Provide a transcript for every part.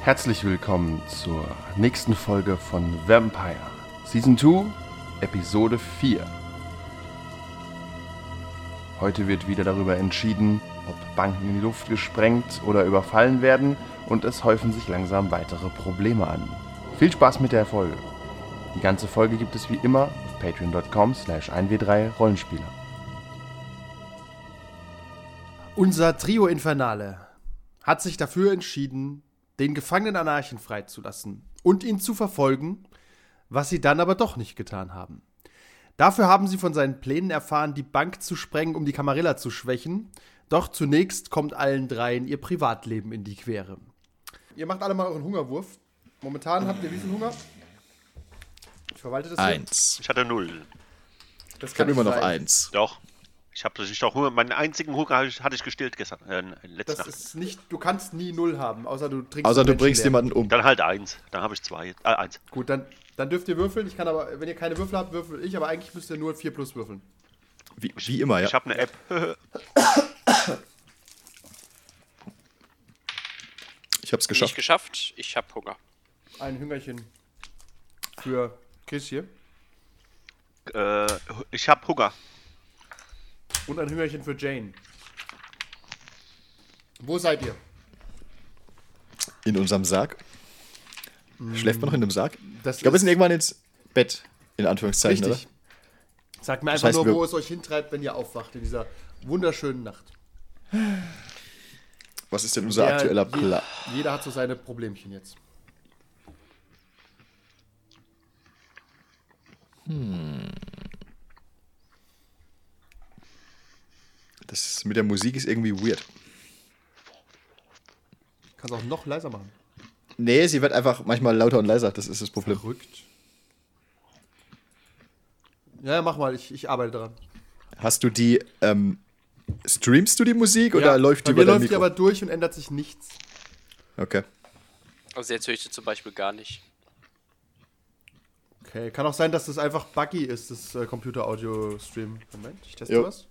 Herzlich willkommen zur nächsten Folge von Vampire Season 2, Episode 4. Heute wird wieder darüber entschieden, ob Banken in die Luft gesprengt oder überfallen werden und es häufen sich langsam weitere Probleme an. Viel Spaß mit der Folge. Die ganze Folge gibt es wie immer auf patreon.com slash 1w3 Rollenspieler. Unser Trio Infernale hat sich dafür entschieden, den gefangenen Anarchen freizulassen und ihn zu verfolgen, was sie dann aber doch nicht getan haben. Dafür haben sie von seinen Plänen erfahren, die Bank zu sprengen, um die Camarilla zu schwächen. Doch zunächst kommt allen dreien ihr Privatleben in die Quere. Ihr macht alle mal euren Hungerwurf. Momentan habt ihr wie viel Hunger? Ich verwalte das hier. Eins. Ich hatte null. Das Ich habe immer noch sein. eins. Doch. Ich habe natürlich auch Hunger. Meinen einzigen Hunger hab ich- hatte ich gestillt gestern. Äh, letzte Das Nacht. ist nicht, du kannst nie null haben, außer du trinkst. Außer du Menschen bringst leer. jemanden um. Dann halt eins. Dann habe ich zwei. Äh, eins. Gut, dann, dann dürft ihr würfeln. Ich kann aber, wenn ihr keine Würfel habt, würfel ich, aber eigentlich müsst ihr nur 4 plus würfeln. Wie, wie immer, ja. Ich habe eine App. Ich hab's Nicht geschafft. geschafft, ich hab Hunger. Ein Hüngerchen für Chris hier Äh, ich habe Hunger. und ein Hüngerchen für Jane. Wo seid ihr? In unserem Sarg. Schläft man noch in einem Sarg? Das Ich glaube, wir ist- sind irgendwann ins Bett. In Anführungszeichen, Richtig. Sagt mir einfach heißt, nur, wir- wo es euch hintreibt, wenn ihr aufwacht in dieser wunderschönen Nacht. oder? Was ist denn unser aktueller Plan? jeder, jeder hat so seine Problemchen jetzt. Das mit der Musik ist irgendwie weird. Kannst auch noch leiser machen. Nee, sie wird einfach manchmal lauter und leiser. Das ist das Problem. Rückt. Ja, ja, mach mal, ich, ich arbeite dran. Hast du die, ähm, streamst du die Musik oder ja, läuft bei die über mir dein läuft die Mikro? aber durch und ändert sich nichts. okay. Also jetzt höre ich das zum Beispiel gar nicht. Okay, kann auch sein, dass das einfach buggy ist, das äh, Computer-Audio-Stream. Moment, ich teste Jo. was.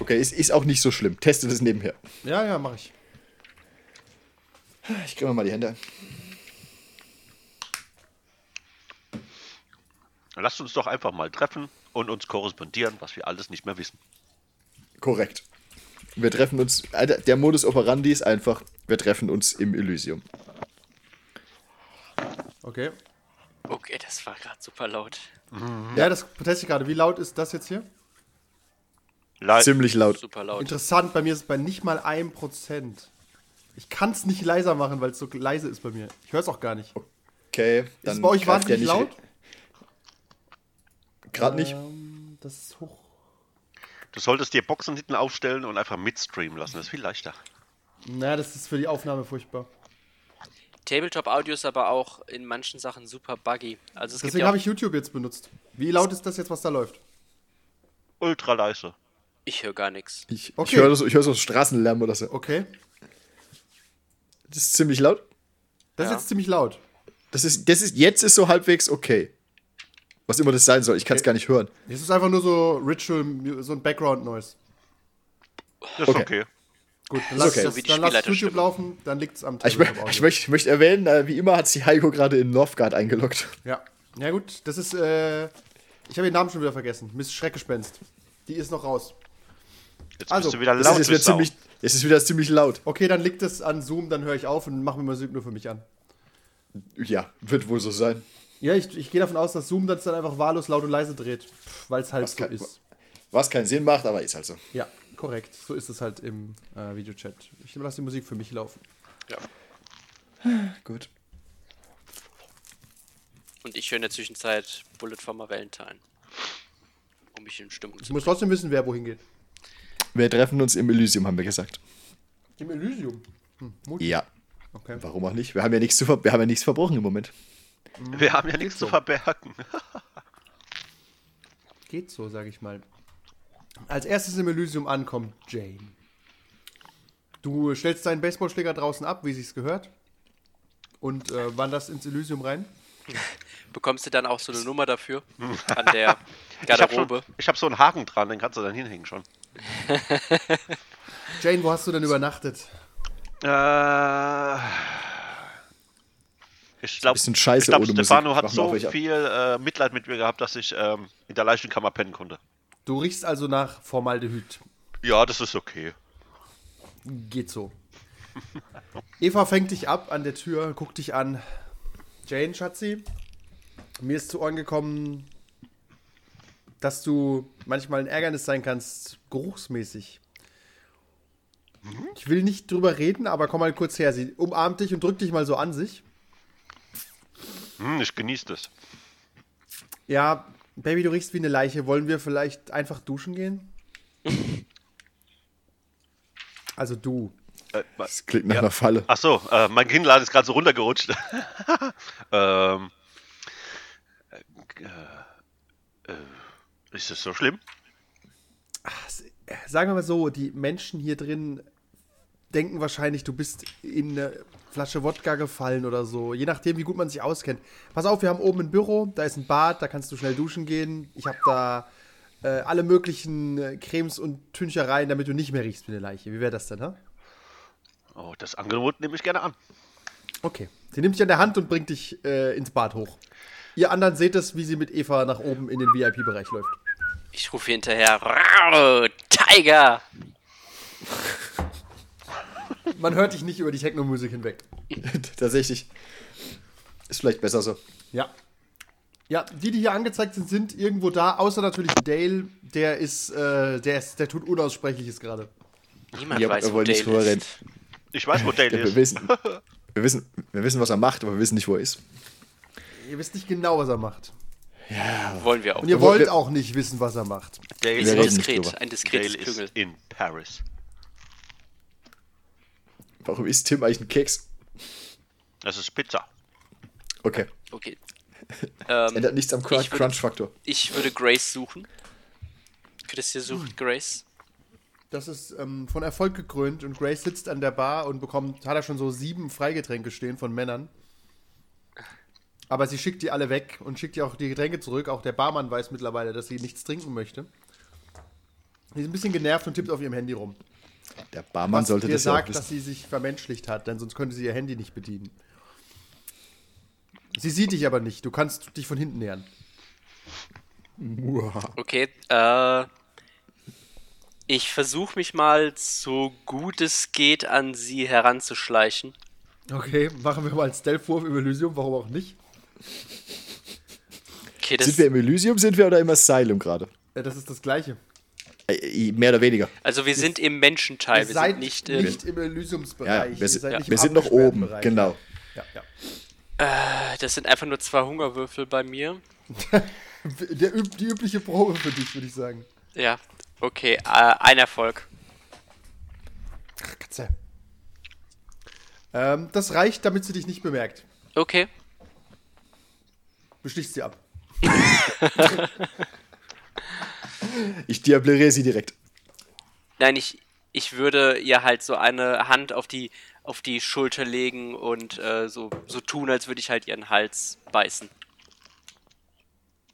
Okay, ist, ist auch nicht so schlimm. Teste das nebenher. Ja, ja, mache ich. Ich kriege mal die Hände. Lasst uns doch einfach mal treffen und uns korrespondieren, was wir alles nicht mehr wissen. Korrekt. Wir treffen uns. Alter, der Modus operandi ist einfach, wir treffen uns im Elysium. Okay. Okay, das war gerade super laut. Mhm. Ja, das teste ich gerade. Wie laut ist das jetzt hier? Le Ziemlich laut. Super laut. Interessant, bei mir ist es bei nicht mal einem Prozent. Ich kann es nicht leiser machen, weil es so leise ist bei mir. Ich höre es auch gar nicht. Okay, Ist es bei euch greift der wahnsinnig laut? Äh, Gerade nicht. Ähm, Das ist hoch. Du solltest dir Boxen hinten aufstellen und einfach mitstreamen lassen. Das ist viel leichter. Na, das ist für die Aufnahme furchtbar. Tabletop-Audio ist aber auch in manchen Sachen super buggy. Also es Deswegen gibt ja habe auch, ich YouTube jetzt benutzt. Wie laut ist das jetzt, was da läuft? Ultra leise. ich höre gar nichts. Ich, Okay. ich höre so, ich hör so Straßenlärm oder so. Okay. Das ist ziemlich laut. Das ist Ja. jetzt ziemlich laut. Das ist, das ist, jetzt ist so halbwegs okay. Was immer das sein soll, ich kann es gar nicht hören. Es ist einfach nur so Ritual, so ein Background-Noise. Das ist Okay. okay. Gut, dann lass, okay. Ah, das, So wie die dann lass YouTube Spielleiterstimme. laufen, dann liegt es am Ich, mö- Tabletop-Audio. ich, möchte, ich möchte erwähnen, äh, wie immer hat sich Heiko gerade in Northgard eingeloggt. Ja. ja, gut, das ist, äh, ich habe den Namen schon wieder vergessen. Miss Schreckgespenst. Die ist noch raus. Jetzt Also, bist du wieder Das laut. ist, jetzt wieder wie Sau. ziemlich, es ist wieder ziemlich laut. Okay, dann liegt es an Zoom, dann höre ich auf und mache mir mal Zoom nur für mich an. Ja, wird wohl so sein. Ja, ich, ich gehe davon aus, dass Zoom das dann einfach wahllos laut und leise dreht, weil es halt Was so kann- ist. Was keinen Sinn macht, aber ist halt so. Ja, korrekt. So ist es halt im äh, Videochat. Ich lasse die Musik für mich laufen. Gut. Und ich höre in der Zwischenzeit Bullet for My Valentine. Um mich in Stimmung Ich zu muss trotzdem wissen, wer wohin geht. Wir treffen uns im Elysium, haben wir gesagt. Im Elysium. Hm, Ja. Okay. Warum auch nicht? Wir haben ja nichts, zu ver wir haben ja nichts verbrochen im Moment. Wir haben ja nichts zu verbergen. Geht so, sage ich mal. Als erstes im Elysium ankommt Jane. Du stellst deinen Baseballschläger draußen ab, wie sich's gehört, und äh, wanderst ins Elysium rein. Bekommst du dann auch so eine Nummer dafür an der Ich habe Garderobe? schon, ich hab so einen Haken dran, den kannst du dann hinhängen schon. Jane, wo hast du denn übernachtet? Äh, ich glaube, Bisschen scheiße ich glaub, ohne Musik. Stefano hat Mach mal auf so euch ab. viel äh, Mitleid mit mir gehabt, dass ich ähm, in der Leichenkammer pennen konnte. Du riechst also nach Formaldehyd. Ja, das ist okay. Geht so. Eva fängt dich ab an der Tür, guckt dich an. Jane, Schatzi, mir ist zu Ohren gekommen, dass du manchmal ein Ärgernis sein kannst, geruchsmäßig. Ich will nicht drüber reden, aber komm mal kurz her. Sie umarmt dich und drückt dich mal so an sich. Hm, ich genieße das. Ja, Baby, du riechst wie eine Leiche. Wollen wir vielleicht einfach duschen gehen? Also du. Äh, wa- Das klingt nach einer Falle. ach so, äh, mein Kinnladen ist gerade so runtergerutscht. ähm, äh, äh, ist das so schlimm? äh, Sagen wir mal so, die Menschen hier drin denken wahrscheinlich, du bist in eine Flasche Wodka gefallen oder so. Je nachdem, wie gut man sich auskennt. Pass auf, wir haben oben ein Büro, da ist ein Bad, da kannst du schnell duschen gehen. Ich habe da äh, alle möglichen äh, Cremes und Tünchereien, damit du nicht mehr riechst wie eine Leiche. Wie wäre das denn, ha? Oh, das Angebot nehme ich gerne an. Okay. Sie nimmt dich an der Hand und bringt dich äh, ins Bad hoch. Ihr anderen seht es, wie sie mit Eva nach oben in den VIP-Bereich läuft. Ich rufe hinterher, "Rau, Tiger! Man hört dich nicht über die Techno-Musik hinweg. Tatsächlich. Ist vielleicht besser so. Ja. Ja, die, die hier angezeigt sind, sind irgendwo da, außer natürlich Dale, der ist, äh, der ist, der tut Unaussprechliches gerade. Niemand Ja, aber weiß, wir wo wollen Dale nicht drüber reden. ist. Ich weiß, wo Ja, Dale wir, ist. wissen, wir, wissen, wir wissen, was er macht, aber wir wissen nicht, wo er ist. Ihr wisst nicht genau, was er macht. Wollen wir auch. Und ihr Obwohl, wollt wir- auch nicht wissen, was er macht. Dale, Wir Wir sind reden nicht diskret, drüber. ein Dale diskretes ist Krüngel. in Paris. Warum isst Tim eigentlich einen Keks? Das ist Pizza. Okay. Okay. Ähm, Ändert nichts am Crunch- ich würd- Crunch-Faktor. Ich würde Grace suchen. Christian sucht Grace. Das ist ähm, von Erfolg gekrönt und Grace sitzt an der Bar und bekommt, hat er schon so sieben Freigetränke stehen von Männern. Aber sie schickt die alle weg und schickt die auch die Getränke zurück. Auch der Barmann weiß mittlerweile, dass sie nichts trinken möchte. Sie ist ein bisschen genervt und tippt auf ihrem Handy rum. Der Barmann sollte ihr das ja auch sagt, wissen. dass sie sich vermenschlicht hat, denn sonst könnte sie ihr Handy nicht bedienen. Sie sieht dich aber nicht. Du kannst dich von hinten nähern. Uah. Okay, äh. Ich versuche mich mal so gut es geht an sie heranzuschleichen. Okay, machen wir mal einen Stealth-Wurf im Elysium, warum auch nicht? Okay, das, Sind wir im Elysium, sind wir oder im Asylum gerade? Äh, Das ist das Gleiche. Äh, äh, Mehr oder weniger. also wir sind im Menschenteil, wir sind nicht, äh, nicht im Ja, Elysiumsbereich. ja, wir, Ihr sind, seid ja. nicht im wir sind noch abgesperrten oben, Bereich. genau. Ja, ja. äh, das sind einfach nur zwei Hungerwürfel bei mir. Der, üb- die übliche Probe für dich, würde ich sagen. Ja, okay, äh, ein Erfolg. Katze. Ähm, das reicht, damit sie dich nicht bemerkt. Okay, Du stichst sie ab. Ich diabliere sie direkt. nein, ich, ich würde ihr halt so eine Hand auf die, auf die Schulter legen und äh, so, so tun, als würde ich halt ihren Hals beißen.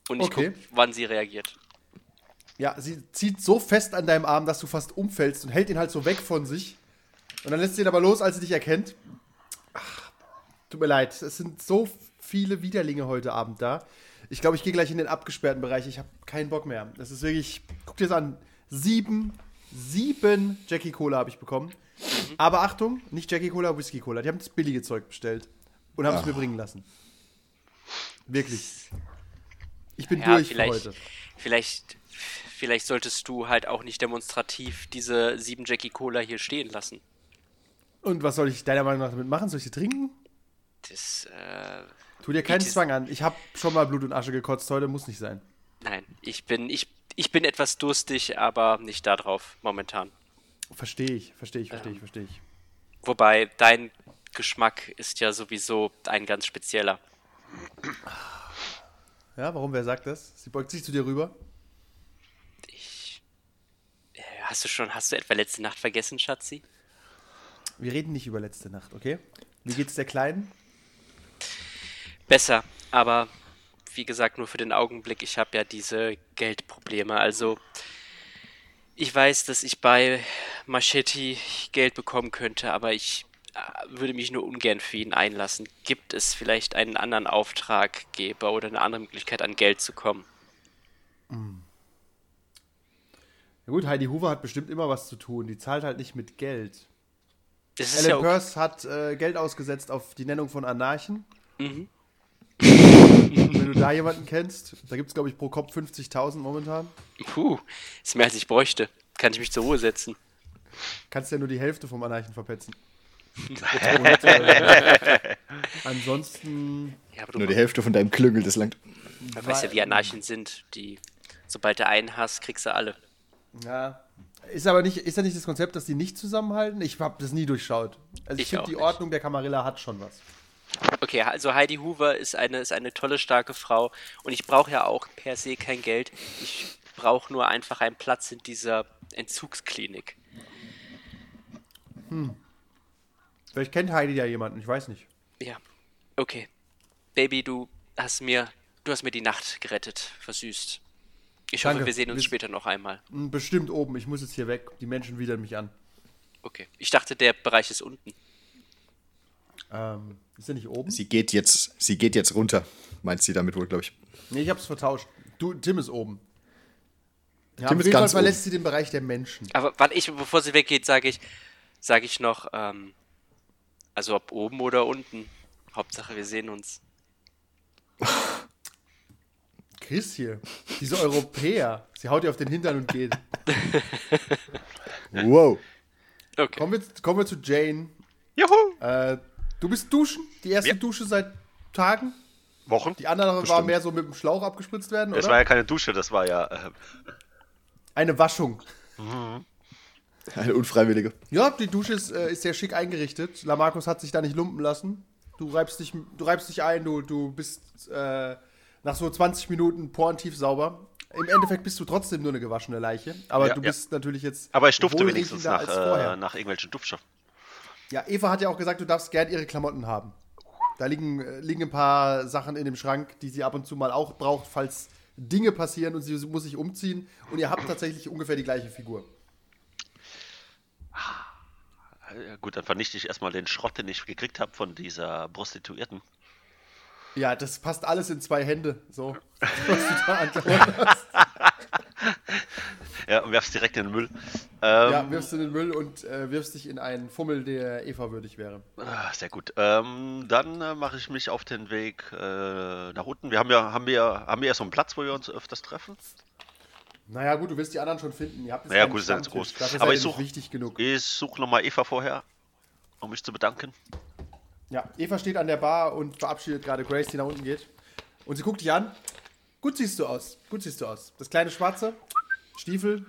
Und ich Okay. guck, wann sie reagiert. Ja, sie zieht so fest an deinem Arm, dass du fast umfällst und hält ihn halt so weg von sich. Und dann lässt sie ihn aber los, als sie dich erkennt. Ach, tut mir leid, es sind so viele Widerlinge heute Abend da. Ich glaube, ich gehe gleich in den abgesperrten Bereich. Ich habe keinen Bock mehr. Das ist wirklich. Guck dir das an. Sieben, sieben Jackie Cola habe ich bekommen. Aber Achtung, nicht Jackie Cola, Whisky Cola. Die haben das billige Zeug bestellt und haben es mir bringen lassen. Wirklich. Ich bin Ja, durch für vielleicht, heute. vielleicht, vielleicht solltest du halt auch nicht demonstrativ diese sieben Jackie Cola hier stehen lassen. Und was soll ich deiner Meinung nach damit machen? Soll ich sie trinken? Das, äh, Tu dir keinen Dieses- Zwang an. Ich habe schon mal Blut und Asche gekotzt heute, muss nicht sein. nein, ich bin, ich, ich bin etwas durstig, aber nicht da drauf momentan. Verstehe ich, verstehe ich, verstehe ich, verstehe ich. Wobei, dein Geschmack ist ja sowieso ein ganz spezieller. Ja, warum? Wer sagt das? Sie beugt sich zu dir rüber. Ich. Äh, Hast du schon, hast du etwa letzte Nacht vergessen, Schatzi? Wir reden nicht über letzte Nacht, okay? Wie geht's der Kleinen? Besser, Aber wie gesagt, nur für den Augenblick. Ich habe ja diese Geldprobleme. Also ich weiß, dass ich bei Machetti Geld bekommen könnte, aber ich äh, würde mich nur ungern für ihn einlassen. Gibt es vielleicht einen anderen Auftraggeber oder eine andere Möglichkeit, an Geld zu kommen? Ja gut, Heidi Hoover hat bestimmt immer was zu tun. Die zahlt halt nicht mit Geld. Es ist Alan ja okay. Peirce hat äh, Geld ausgesetzt auf die Nennung von Anarchen. Mhm. Wenn du da jemanden kennst, da gibt es, glaube ich, pro Kopf 50.000 momentan. Puh, ist mehr als ich bräuchte. Kann ich mich zur Ruhe setzen? Kannst ja nur die Hälfte vom Anarchen verpetzen. Und, äh, ansonsten Ja, aber Nur die Hälfte von deinem Klüngel, das langt. Man weiß ja, wie Anarchen sind. Die, sobald du einen hast, kriegst du alle. Ja. Ist aber nicht, ist ja nicht das Konzept, dass die nicht zusammenhalten? Ich habe das nie durchschaut. Also ich, Ich finde, auch die nicht. Ordnung der Camarilla hat schon was. Okay, also Heidi Hoover ist eine, ist eine tolle, starke Frau. Und ich brauche ja auch per se kein Geld. Ich brauche nur einfach einen Platz in dieser Entzugsklinik. Vielleicht kennt Heidi ja jemanden, ich weiß nicht. Ja, okay. Baby, du hast mir, du hast mir die Nacht gerettet, versüßt. Ich Danke. hoffe, wir sehen uns Wir- später noch einmal. Hm, Bestimmt oben, ich muss jetzt hier weg. Die Menschen widern mich an. Okay. Ich dachte, der Bereich ist unten. Ähm, ist er nicht oben? Sie geht jetzt, sie geht jetzt runter, meint sie damit wohl, glaube ich. Nee, ich hab's vertauscht. Du, Tim ist oben. Ja, Tim Tim ist auf jeden Fall ganz verlässt sie den Bereich der Menschen. Aber warte, ich, bevor sie weggeht, sage ich, sage ich noch, ähm, also ob oben oder unten. Hauptsache, wir sehen uns. Chris hier, diese Europäer. Sie haut ihr auf den Hintern und geht. Wow. Okay. Kommen wir, kommen wir zu Jane. Juhu! Äh, du bist duschen? Die erste Ja. Dusche seit Tagen? Wochen? Die andere war Bestimmt. mehr so mit dem Schlauch abgespritzt werden, oder? Das war ja keine Dusche, das war ja. Äh, Eine Waschung. Eine unfreiwillige. Ja, die Dusche ist, äh, ist sehr schick eingerichtet. Lamarcus hat sich da nicht lumpen lassen. Du reibst dich, du reibst dich ein, du, du bist äh, nach so 20 Minuten porntief sauber. Im Endeffekt bist du trotzdem nur eine gewaschene Leiche. Aber Ja, du ja. bist natürlich jetzt. aber ich dufte wohlriechender wenigstens nach, als äh, vorher. nach irgendwelchen Duftstoffen. Ja, Eva hat ja auch gesagt, du darfst gern ihre Klamotten haben. Da liegen, äh, liegen ein paar Sachen in dem Schrank, die sie ab und zu mal auch braucht, falls Dinge passieren und sie muss sich umziehen. Und ihr habt tatsächlich ungefähr die gleiche Figur. Ja, Äh, gut, dann vernichte ich erstmal den Schrott, den ich gekriegt habe von dieser Prostituierten. Ja, das passt alles in zwei Hände. So, was du da angeholt hast. Ja, und werf's direkt in den Müll. Ähm, Ja, wirfst du in den Müll und äh, wirfst dich in einen Fummel, der Eva würdig wäre. Ah, Sehr gut. Ähm, dann äh, mache ich mich auf den Weg äh, nach unten. Wir haben ja, haben wir, haben wir ja so einen Platz, wo wir uns öfters treffen. Naja, gut, du wirst die anderen schon finden. Ihr habt jetzt Naja, keinen gut, ist ja nicht Stammtisch. groß. Dafür Aber seid ich ihr nicht such- wichtig genug. Ich suche nochmal Eva vorher, um mich zu bedanken. Ja, Eva steht an der Bar und verabschiedet gerade Grace, die nach unten geht. Und sie guckt dich an. Gut siehst du aus. Gut siehst du aus. Das kleine Schwarze, Stiefel,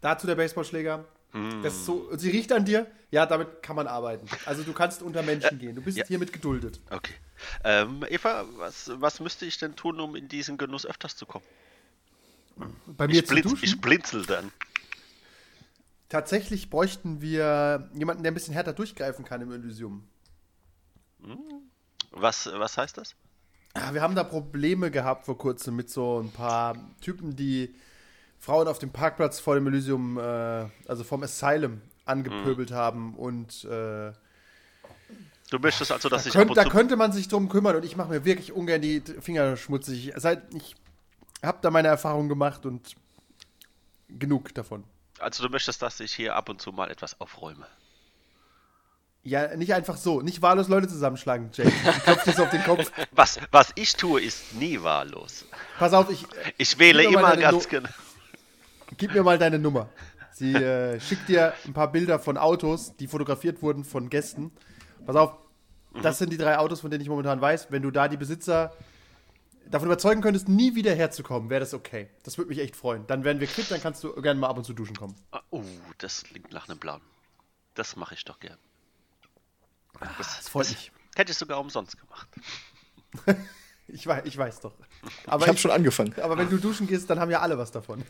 dazu der Baseballschläger. Hm. Das ist so, und sie riecht an dir. Ja, damit kann man arbeiten. Also du kannst unter Menschen gehen. Du bist ja. hiermit geduldet. Okay. Ähm, Eva, was, was müsste ich denn tun, um in diesen Genuss öfters zu kommen? Bei mir Ich, zu blitz, duschen? ich blinzel dann. Tatsächlich bräuchten wir jemanden, der ein bisschen härter durchgreifen kann im Elysium. Was, was heißt das? Ah, Wir haben da Probleme gehabt vor kurzem mit so ein paar Typen, die Frauen auf dem Parkplatz vor dem Elysium, äh, also vom Asylum, angepöbelt haben. Und äh, Du möchtest also, dass ich ab könnt, und da zu- könnte man sich drum kümmern und ich mache mir wirklich ungern die Finger schmutzig. Seit, ich habe da meine Erfahrungen gemacht und genug davon. also du möchtest, dass ich hier ab und zu mal etwas aufräume. Ja, nicht einfach so. Nicht wahllos Leute zusammenschlagen, Jake. Du klopfst jetzt auf den Kopf. Was, was ich tue, ist nie wahllos. Pass auf, ich, äh, Ich wähle Gib mir mal immer deine ganz No- genau. Gib mir mal deine Nummer. Sie äh, schickt dir ein paar Bilder von Autos, die fotografiert wurden von Gästen. Pass auf, das sind die drei Autos, von denen ich momentan weiß. Wenn du da die Besitzer davon überzeugen könntest, nie wieder herzukommen, wäre das okay. Das würde mich echt freuen. Dann wären wir quitt, dann kannst du gerne mal ab und zu duschen kommen. Ah, Oh, das klingt nach einem Plan. Das mache ich doch gern. Ah, Das freut mich. Hätte ich sogar umsonst gemacht. Ich weiß, ich weiß doch. Ich Aber, habe ich schon angefangen. aber wenn du duschen gehst, dann haben ja alle was davon.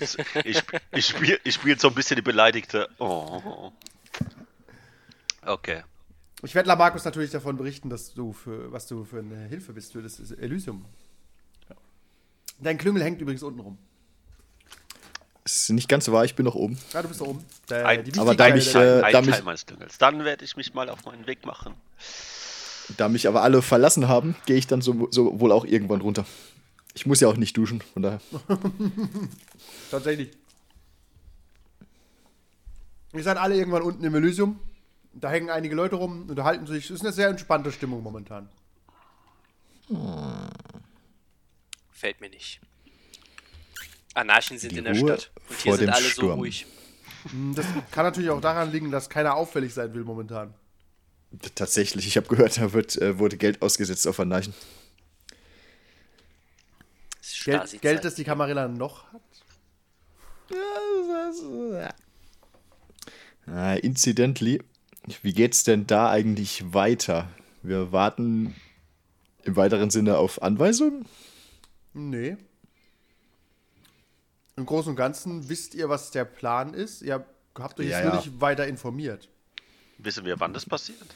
Jetzt- Ich, ich spiele ich spiel so ein bisschen die Beleidigte. Oh. Okay. Ich werde Lamarcus natürlich davon berichten, dass du für, was du für eine Hilfe bist für das Elysium. Dein Klüngel hängt übrigens unten rum. Es ist nicht ganz wahr, ich bin noch oben. Ja, Ah, du bist da oben. Äh, Der, Ein- wichtige aber da Teil ich, der- Ein, Äh, ein da Teil mich- meines Klüngels. Dann werde ich mich mal auf meinen Weg machen. Da mich aber alle verlassen haben, gehe ich dann so, so wohl auch irgendwann runter. Ich muss ja auch nicht duschen, von daher. Tatsächlich. Ihr seid alle irgendwann unten im Elysium. Da hängen einige Leute rum, unterhalten sich. Es ist eine sehr entspannte Stimmung momentan. Fällt mir nicht. Anarchen sind Die in der Ruhe Stadt. Und hier vor sind dem alle so Sturm. ruhig. Hm, Das kann natürlich auch daran liegen, dass keiner auffällig sein will momentan. T- Tatsächlich, ich habe gehört, da wird, äh, wurde Geld ausgesetzt auf Anarchen. Es ist halt. Geld, Stasi-Zeit. Geld das die Kamarilla noch hat. Ah, incidentally, wie geht's denn da eigentlich weiter? Wir warten im weiteren Sinne auf Anweisungen? Nee. Im Großen und Ganzen wisst ihr, was der Plan ist. Ihr habt euch Ja, jetzt nur ja. nicht weiter informiert. Wissen wir, wann das passiert?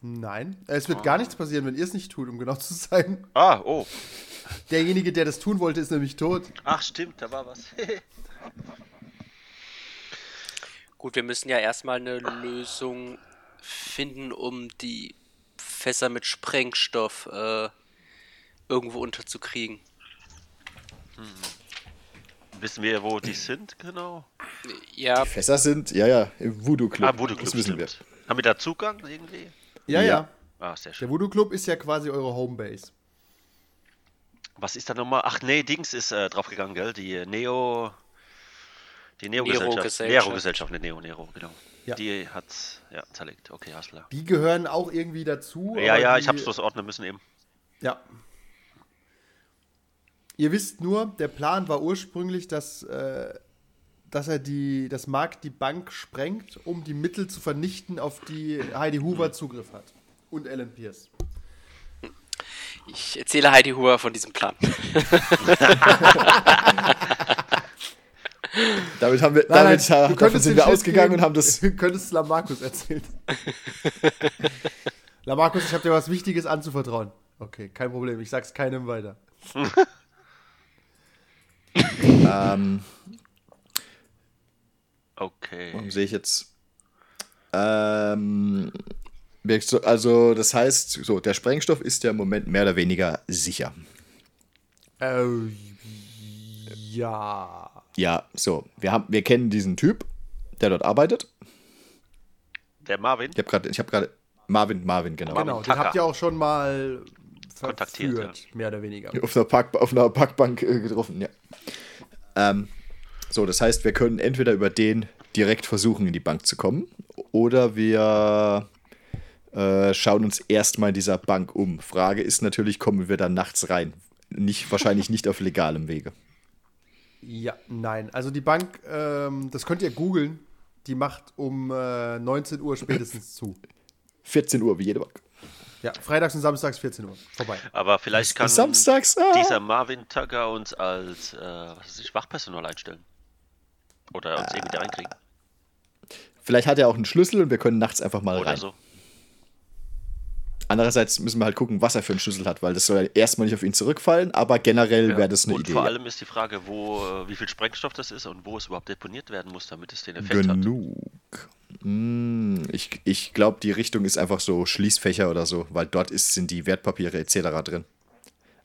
Nein. Es wird gar nichts passieren, wenn ihr es nicht tut, um genau zu sein. Ah, oh. Derjenige, der das tun wollte, ist nämlich tot. Ach, stimmt, da war was. Gut, wir müssen ja erstmal eine Lösung finden, um die Fässer mit Sprengstoff äh, irgendwo unterzukriegen. Wissen wir, wo die sind, genau? Ja, Fässer sind, ja, ja, im Voodoo-Club. Ah, Voodoo Club, Das wissen wir. stimmt. Haben wir da Zugang irgendwie? Ja, ja. Ja. Ah, sehr schön. Der Voodoo Club ist ja quasi eure Homebase. Was ist da nochmal? Ach nee, Dings ist äh, draufgegangen, gell? Die äh, Neo. Die Neo-Gesellschaft. Nero-Gesellschaft. Nero-Gesellschaft, ne Neo, Nero, genau. Ja. Die hat's, ja, zerlegt. Okay, alles klar. Die gehören auch irgendwie dazu. Ja, aber ja, die, ich hab's bloß ordnen müssen eben. Ja. Ihr wisst nur, der Plan war ursprünglich, dass, äh, dass er die, dass Mark die Bank sprengt, um die Mittel zu vernichten, auf die Heidi Hoover Zugriff hat. Und Alan Pierce. ich erzähle Heidi Huber von diesem Plan. Damit, haben wir, damit du ha- davon könntest sind den wir Shit ausgegangen geben. und haben das. Du könntest es Lamarcus erzählen. Lamarcus, ich habe dir was Wichtiges anzuvertrauen. Okay, kein Problem, ich sag's keinem weiter. Ähm, Okay. Warum Hm, sehe ich jetzt? Ähm, merkst du- also das heißt, so der Sprengstoff ist ja im Moment mehr oder weniger sicher. Äh, ja. Ja, so wir haben, wir kennen diesen Typ, der dort arbeitet. Der Marvin? Ich habe gerade, ich habe gerade Marvin, Marvin genau. Genau, den Tucker. habt ihr auch schon mal Kontaktiert, kontaktiert, mehr oder weniger. Auf einer, Park, auf einer Parkbank äh, getroffen. Ja. Ähm, so, das heißt, wir können entweder über den direkt versuchen, in die Bank zu kommen, oder wir äh, schauen uns erstmal in dieser Bank um. Frage ist natürlich, kommen wir da nachts rein? Nicht, wahrscheinlich nicht auf legalem Wege. Ja, nein. Also die Bank, ähm, das könnt ihr googeln, die macht um äh, 19 Uhr spätestens zu. 14 Uhr, wie jede Bank. Ja, freitags und samstags 14 Uhr. Vorbei. Aber vielleicht kann Samstags, ah. dieser Marvin Tucker uns als äh, was weiß ich, Wachpersonal einstellen. Oder Äh, uns irgendwie da reinkriegen. Vielleicht hat er auch einen Schlüssel und wir können nachts einfach mal Oder rein. so. Andererseits müssen wir halt gucken, was er für einen Schlüssel hat, weil das soll ja erstmal nicht auf ihn zurückfallen, aber generell wäre das eine und Idee. vor allem ist die Frage, wo, äh, wie viel Sprengstoff das ist und wo es überhaupt deponiert werden muss, damit es den Effekt hat. Genug. Mm, ich ich glaube, die Richtung ist einfach so Schließfächer oder so, weil dort ist, sind die Wertpapiere etc. drin.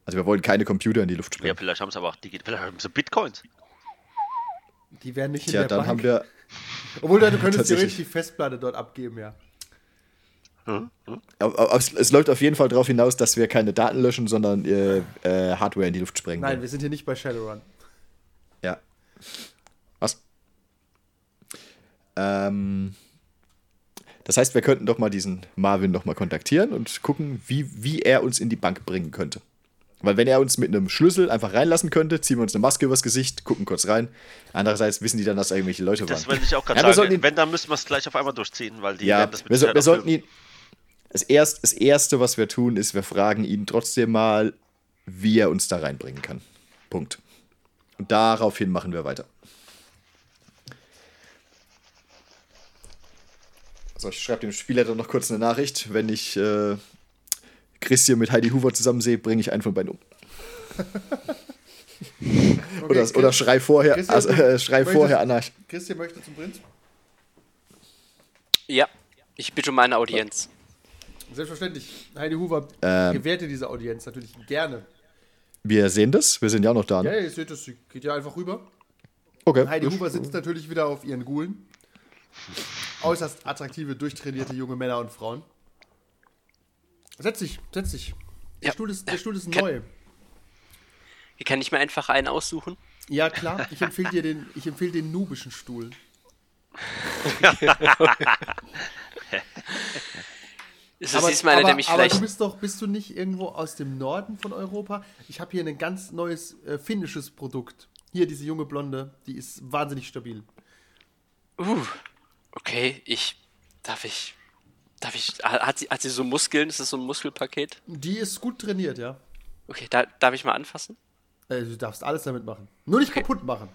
Also wir wollen keine Computer in die Luft Ja, sprengen. vielleicht haben sie aber auch Digi vielleicht haben sie Bitcoins. Die wären nicht in Tja, der dann Bank. haben wir. Obwohl, du könntest Tatsächlich. theoretisch die Festplatte dort abgeben, ja. aber- aber Es, es läuft auf jeden Fall darauf hinaus, dass wir keine Daten löschen, sondern äh, äh, Hardware in die Luft sprengen. Nein, wollen. wir sind hier nicht bei Shadowrun. Ja. Was? Ähm, das heißt, wir könnten doch mal diesen Marvin nochmal kontaktieren und gucken, wie, wie er uns in die Bank bringen könnte. Weil wenn er uns mit einem Schlüssel einfach reinlassen könnte, ziehen wir uns eine Maske übers Gesicht, gucken kurz rein. Andererseits wissen die dann, dass da irgendwelche Leute Das waren. wollte ich auch gerade ja, wir sagen. sollten ihn, Wenn, dann müssen wir es gleich auf einmal durchziehen, weil die ja, werden das mit wir, so, Sicherheit wir sollten auflösen. ihn. Das, erst, das Erste, was wir tun, ist, wir fragen ihn trotzdem mal, wie er uns da reinbringen kann. Punkt. Und daraufhin machen wir weiter. So, ich schreibe dem Spieler dann noch kurz eine Nachricht. Wenn ich äh, Christian mit Heidi Hoover zusammen sehe, bringe ich einen von beiden um. oder, Chris- oder schrei vorher, Christian, also, äh, schrei möchtest- vorher Anarch. Christian möchte zum Prinz. Ja, ich bitte um eine Audienz. Selbstverständlich. Heidi Hoover Ähm. gewährte diese Audienz natürlich gerne. Wir sehen das, wir sind ja noch da. Ja, ne? ja, ihr seht es, sie geht ja einfach rüber. Okay. Heidi Huber sitzt natürlich wieder auf ihren Gulen. Äußerst attraktive, durchtrainierte junge Männer und Frauen. Setz dich, setz dich. Der, Ja. Stuhl, ist, der Stuhl ist neu. Hier kann ich mir einfach einen aussuchen. Ja, klar, ich empfehle dir den, ich empfehle den nubischen Stuhl. Ist das diesmal einer, der mich aber du vielleicht. bist doch, bist du nicht irgendwo aus dem Norden von Europa? Ich habe hier ein ganz neues äh, finnisches Produkt. Hier, diese junge Blonde, die ist wahnsinnig stabil. Uh, okay, ich. Darf ich. Darf ich. Hat sie, hat sie so Muskeln? Ist das so ein Muskelpaket? Die ist gut trainiert, ja. Okay, da, darf ich mal anfassen? Äh, du darfst alles damit machen. Nur nicht kaputt machen.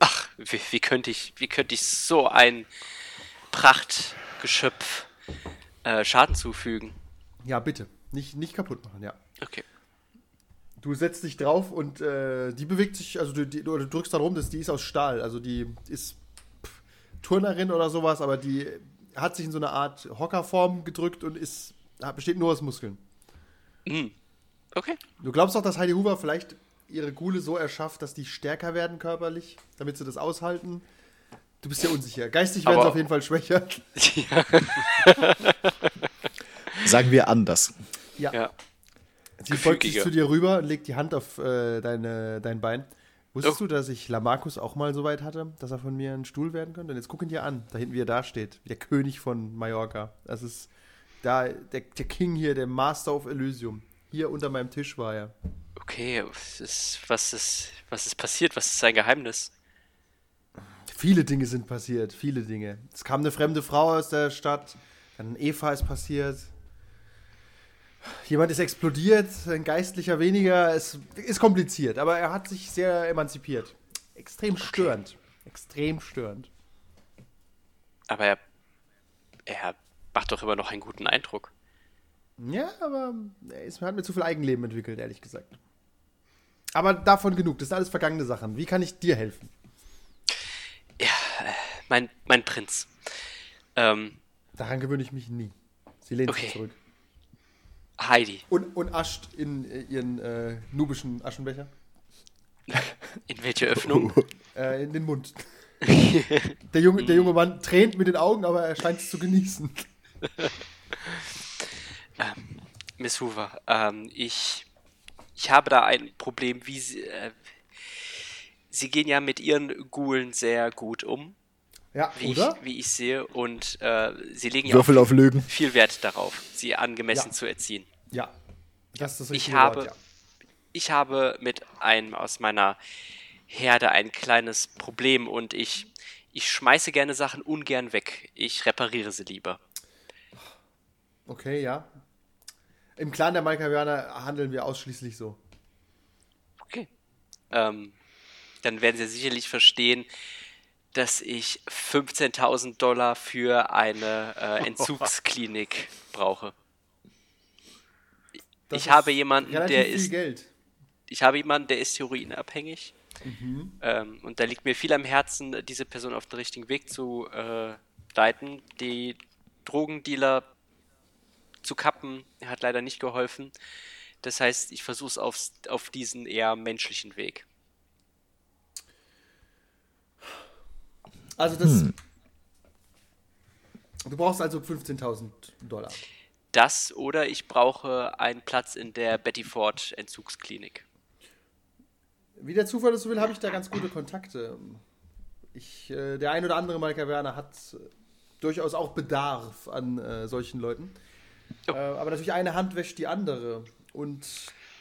Ach, wie, wie könnte ich, wie könnte ich so ein Prachtgeschöpf äh, Schaden zufügen? Ja, bitte. Nicht, nicht kaputt machen, ja. Okay. Du setzt dich drauf und äh, die bewegt sich, also du, die, du du drückst da rum, dass die ist aus Stahl. Also die ist pff, Turnerin oder sowas, aber die hat sich in so eine Art Hockerform gedrückt und ist, hat- besteht nur aus Muskeln. Okay. Du glaubst auch, dass Heidi Hoover vielleicht ihre Gule so erschafft, dass die stärker werden körperlich, damit sie das aushalten? Du bist ja unsicher. Geistig werden sie Aber- auf jeden Fall schwächer. ja. Sagen wir anders. Ja. ja. Sie beugt sich Gefügiger. zu dir rüber und legt die Hand auf äh, deine, dein Bein. Wusstest du, dass ich Lamarcus auch mal so weit hatte, dass er von mir ein Stuhl werden könnte? Und jetzt guck ihn dir an, da hinten, wie er da steht. Wie der König von Mallorca. Das ist da, der, der King hier, der Master of Elysium. Hier unter meinem Tisch war er. Okay, was ist, was ist, was ist passiert? Was ist sein Geheimnis? Viele Dinge sind passiert, viele Dinge. Es kam eine fremde Frau aus der Stadt, dann Eva ist passiert. Jemand ist explodiert, ein Geistlicher weniger. Es ist kompliziert, aber er hat sich sehr emanzipiert. Extrem störend. Extrem störend. Aber er, er macht doch immer noch einen guten Eindruck. Ja, aber er ist, hat mir zu viel Eigenleben entwickelt, ehrlich gesagt. Aber davon genug, das sind alles vergangene Sachen. Wie kann ich dir helfen? Mein, mein Prinz. Ähm, Daran gewöhne ich mich nie. Sie lehnt sich Okay. zurück. Heidi, Und, und ascht in äh, ihren äh, nubischen Aschenbecher. in welche Öffnung? Äh, in den Mund. der, junge, der Mhm. junge Mann tränt mit den Augen, aber er scheint es zu genießen. Miss Hoover, ähm, ich, ich habe da ein Problem, wie Sie, äh, Sie gehen ja mit Ihren Gulen sehr gut um, Ja, wie, ich, oder? wie ich sehe, und äh, Sie legen ja auch Würfel auf Lügen. viel Wert darauf, sie angemessen Ja. zu erziehen. Ja. Das ist das Ich richtige habe, Wort, ja. ich habe mit einem aus meiner Herde ein kleines Problem und ich, ich schmeiße gerne Sachen ungern weg. Ich repariere sie lieber. Okay, ja. Im Clan der Malkavianer handeln wir ausschließlich so. Okay. Ähm, dann werden Sie sicherlich verstehen, dass ich 15.000 Dollar für eine äh, Entzugsklinik brauche. Das ich ist habe jemanden, relativ der viel ist Geld. ich habe jemanden, der ist heroinabhängig. Ähm, und da liegt mir viel am Herzen, diese Person auf den richtigen Weg zu äh, leiten. Die Drogendealer zu kappen hat leider nicht geholfen. Das heißt, ich versuche es aufs- auf diesen eher menschlichen Weg. Also das. Du brauchst also 15.000 Dollar. Das oder ich brauche einen Platz in der Betty Ford Entzugsklinik. Wie der Zufall es so will, habe ich da ganz gute Kontakte. Ich, äh, der ein oder andere Malkavianer hat äh, durchaus auch Bedarf an äh, solchen Leuten. Ja. Äh, aber natürlich eine Hand wäscht die andere. Und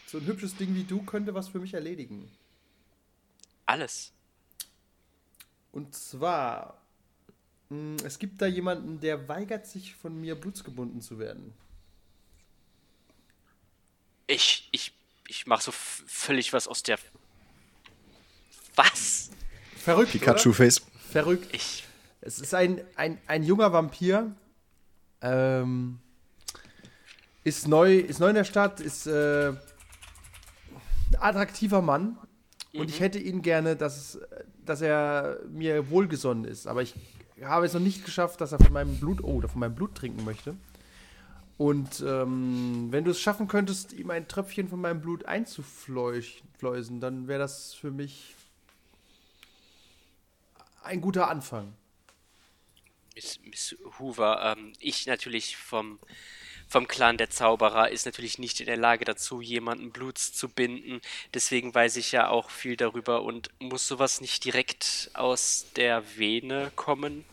so ein hübsches Ding wie du könnte was für mich erledigen. Alles. Und zwar, mh, es gibt da jemanden, der weigert sich, von mir blutsgebunden zu werden. Ich, ich, ich mache so f- völlig was aus der. Was? Verrückt. Pikachu-Face. Oder? Verrückt. Ich. Es ist ein, ein, ein junger Vampir, Ähm, ist, neu, ist neu in der Stadt, ist äh, ein attraktiver Mann. Und ich hätte ihn gerne, dass, es- dass er mir wohlgesonnen ist. Aber ich habe es noch nicht geschafft, dass er von meinem Blut, oh, oder von meinem Blut trinken möchte. Und ähm, wenn du es schaffen könntest, ihm ein Tröpfchen von meinem Blut einzufleusen, dann wäre das für mich ein guter Anfang. Miss, Miss Hoover, ähm, ich natürlich vom, vom Clan der Zauberer ist natürlich nicht in der Lage dazu, jemanden Bluts zu binden. Deswegen weiß ich ja auch viel darüber und muss sowas nicht direkt aus der Vene kommen.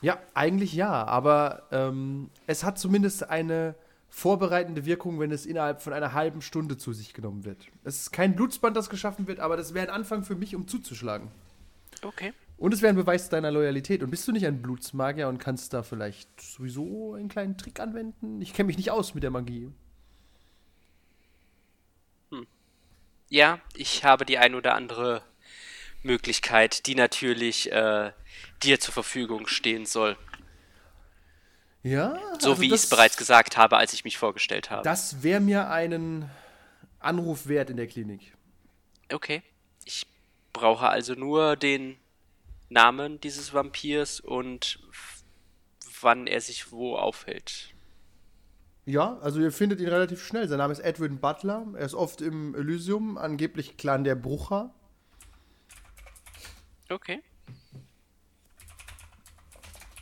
Ja, eigentlich ja, aber ähm, es hat zumindest eine vorbereitende Wirkung, wenn es innerhalb von einer halben Stunde zu sich genommen wird. Es ist kein Blutsband, das geschaffen wird, aber das wäre ein Anfang für mich, um zuzuschlagen. Okay. Und es wäre ein Beweis deiner Loyalität. Und bist du nicht ein Blutsmagier und kannst da vielleicht sowieso einen kleinen Trick anwenden? Ich kenne mich nicht aus mit der Magie. Ja, ich habe die ein oder andere Möglichkeit, die natürlich äh, dir zur Verfügung stehen soll. Ja? So also wie ich das- es bereits gesagt habe, als ich mich vorgestellt habe. Das wäre mir einen Anruf wert in der Klinik. Okay. Ich brauche also nur den Namen dieses Vampirs und f- wann er sich wo aufhält. Ja, also ihr findet ihn relativ schnell. Sein Name ist Edwin Butler. Er ist oft im Elysium, angeblich Clan der Brucher. Okay.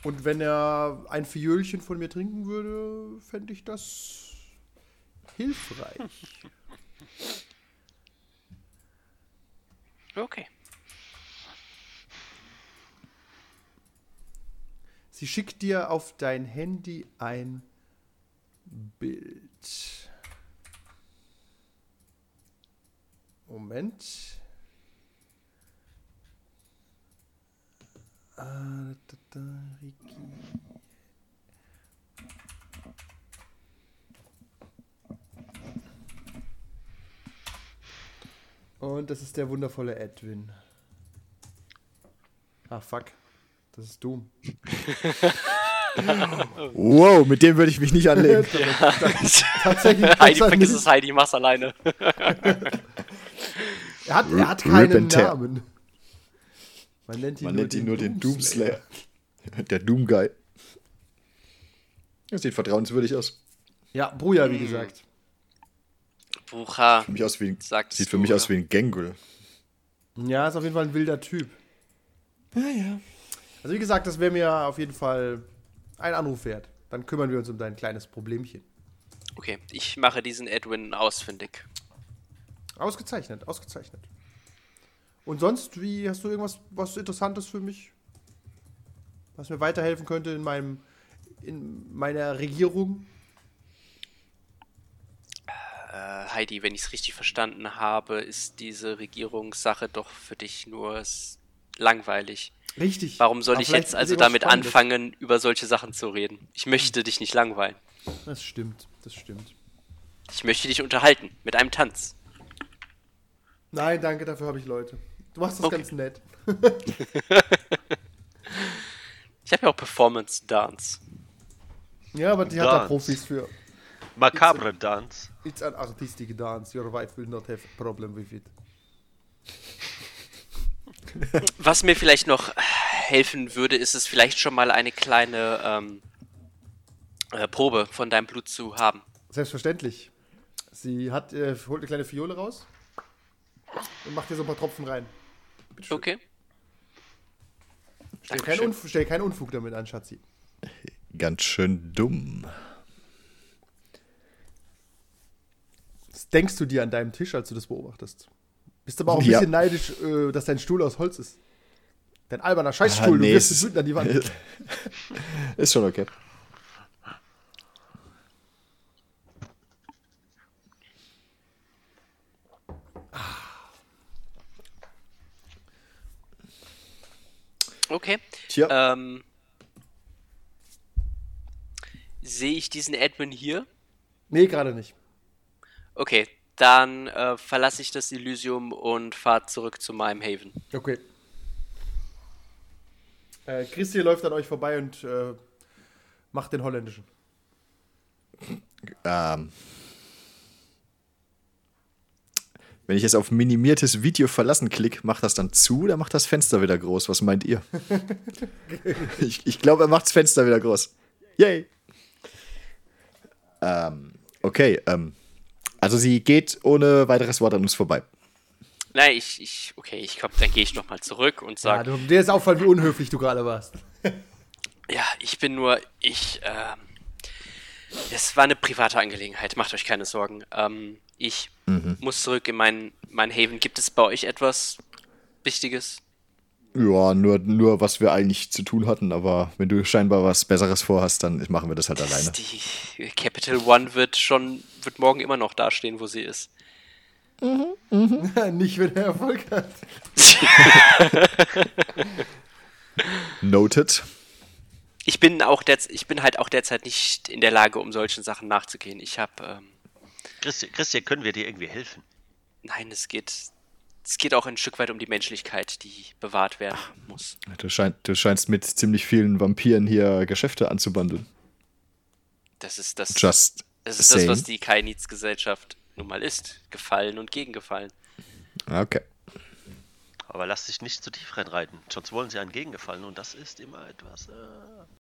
Und wenn er ein Fiölchen von mir trinken würde, fände ich das hilfreich. Okay. Sie schickt dir auf dein Handy ein Bild. Moment. Ah, da, da, da, Ricky. Und das ist der wundervolle Edwin. Ah, fuck. Das ist du. Wow, mit dem würde ich mich nicht anlegen. Tatsächlich Heidi, besser vergiss nicht. es, Heidi, mach's alleine. Er hat, er hat Rip keinen and tear. Namen. Man nennt ihn, Man nur, nennt den ihn nur den Doomslayer. Doomslayer. Der Doomguy. Das sieht vertrauenswürdig aus. Ja, Bruja, wie gesagt. Bucha. Für mich aus wie ein, Sagtest sieht für du, mich aus oder? wie ein Gangrel. Ja, ist auf jeden Fall ein wilder Typ. Also wie gesagt, das wäre mir auf jeden Fall ein Anruf wert. Dann kümmern wir uns um dein kleines Problemchen. Okay, ich mache diesen Edwin ausfindig. Ausgezeichnet, ausgezeichnet. Und sonst, wie hast du irgendwas was Interessantes für mich? Was mir weiterhelfen könnte in meinem in meiner Regierung? Äh, Heidi, wenn ich es richtig verstanden habe, ist diese Regierungssache doch für dich nur s- langweilig. Richtig. Warum soll Aber ich vielleicht jetzt ist also irgendwas damit Spannendes. anfangen, über solche Sachen zu reden? Ich möchte dich nicht langweilen. Das stimmt, das stimmt. Ich möchte dich unterhalten mit einem Tanz. Nein, danke, dafür habe ich Leute. Du machst das Okay. ganz nett. Ich habe ja auch Performance Dance. Ja, aber die hat da Dance. Profis für. Macabre Dance. It's an artistic dance. Your wife will not have problem with it. Was mir vielleicht noch helfen würde, ist es vielleicht schon mal eine kleine ähm, äh, Probe von deinem Blut zu haben. Selbstverständlich. Sie hat, äh, holt eine kleine Fiole raus und macht dir so ein paar Tropfen rein. Okay. Stell keinen, Unf stell keinen Unfug damit an, Schatzi. Ganz schön dumm. Das denkst du dir an deinem Tisch, als du das beobachtest. Bist aber auch ein Ja. bisschen neidisch, äh, dass dein Stuhl aus Holz ist. Dein alberner Scheißstuhl, Ah, nee, du wirst es es ist- wütend an die Wand. Ist schon okay. Okay. Tja. Ähm, Sehe ich diesen Edwin hier? Nee, gerade nicht. Okay, dann äh, verlasse ich das Elysium und fahre zurück zu meinem Haven. Okay. Äh, Christi läuft an euch vorbei und äh, macht den holländischen. ähm, wenn ich jetzt auf minimiertes Video verlassen klicke, macht das dann zu oder macht das Fenster wieder groß? Was meint ihr? ich ich glaube, er macht das Fenster wieder groß. Yay! Ähm, okay, ähm, also sie geht ohne weiteres Wort an uns vorbei. Nein, ich, ich, okay, ich glaube, dann gehe ich nochmal zurück und Ja, sage, du, dir ist auffallend, wie unhöflich du gerade warst. ja, ich bin nur, ich, ähm, es war eine private Angelegenheit, macht euch keine Sorgen. Ähm, ich muss zurück in mein, mein Haven. Gibt es bei euch etwas Wichtiges? Ja, nur, nur was wir eigentlich zu tun hatten, aber wenn du scheinbar was Besseres vorhast, dann machen wir das halt alleine. Die Capital One wird schon, wird morgen immer noch dastehen, wo sie ist. Nicht, wenn er Erfolg hat. Noted. Ich bin auch derz ich bin halt auch derzeit nicht in der Lage, um solchen Sachen nachzugehen. Ich habe, ähm, Christi, Christi, können wir dir irgendwie helfen? nein, es geht, es geht auch ein Stück weit um die Menschlichkeit, die bewahrt werden muss. Du, schein, du scheinst mit ziemlich vielen Vampiren hier Geschäfte anzubandeln. Das ist das, Just das ist das, was saying. die Kainitz-Gesellschaft nun mal ist. Gefallen und gegengefallen. Okay. Aber lass dich nicht zu tief reinreiten, sonst wollen sie einen Gegengefallen und das ist immer etwas. Äh,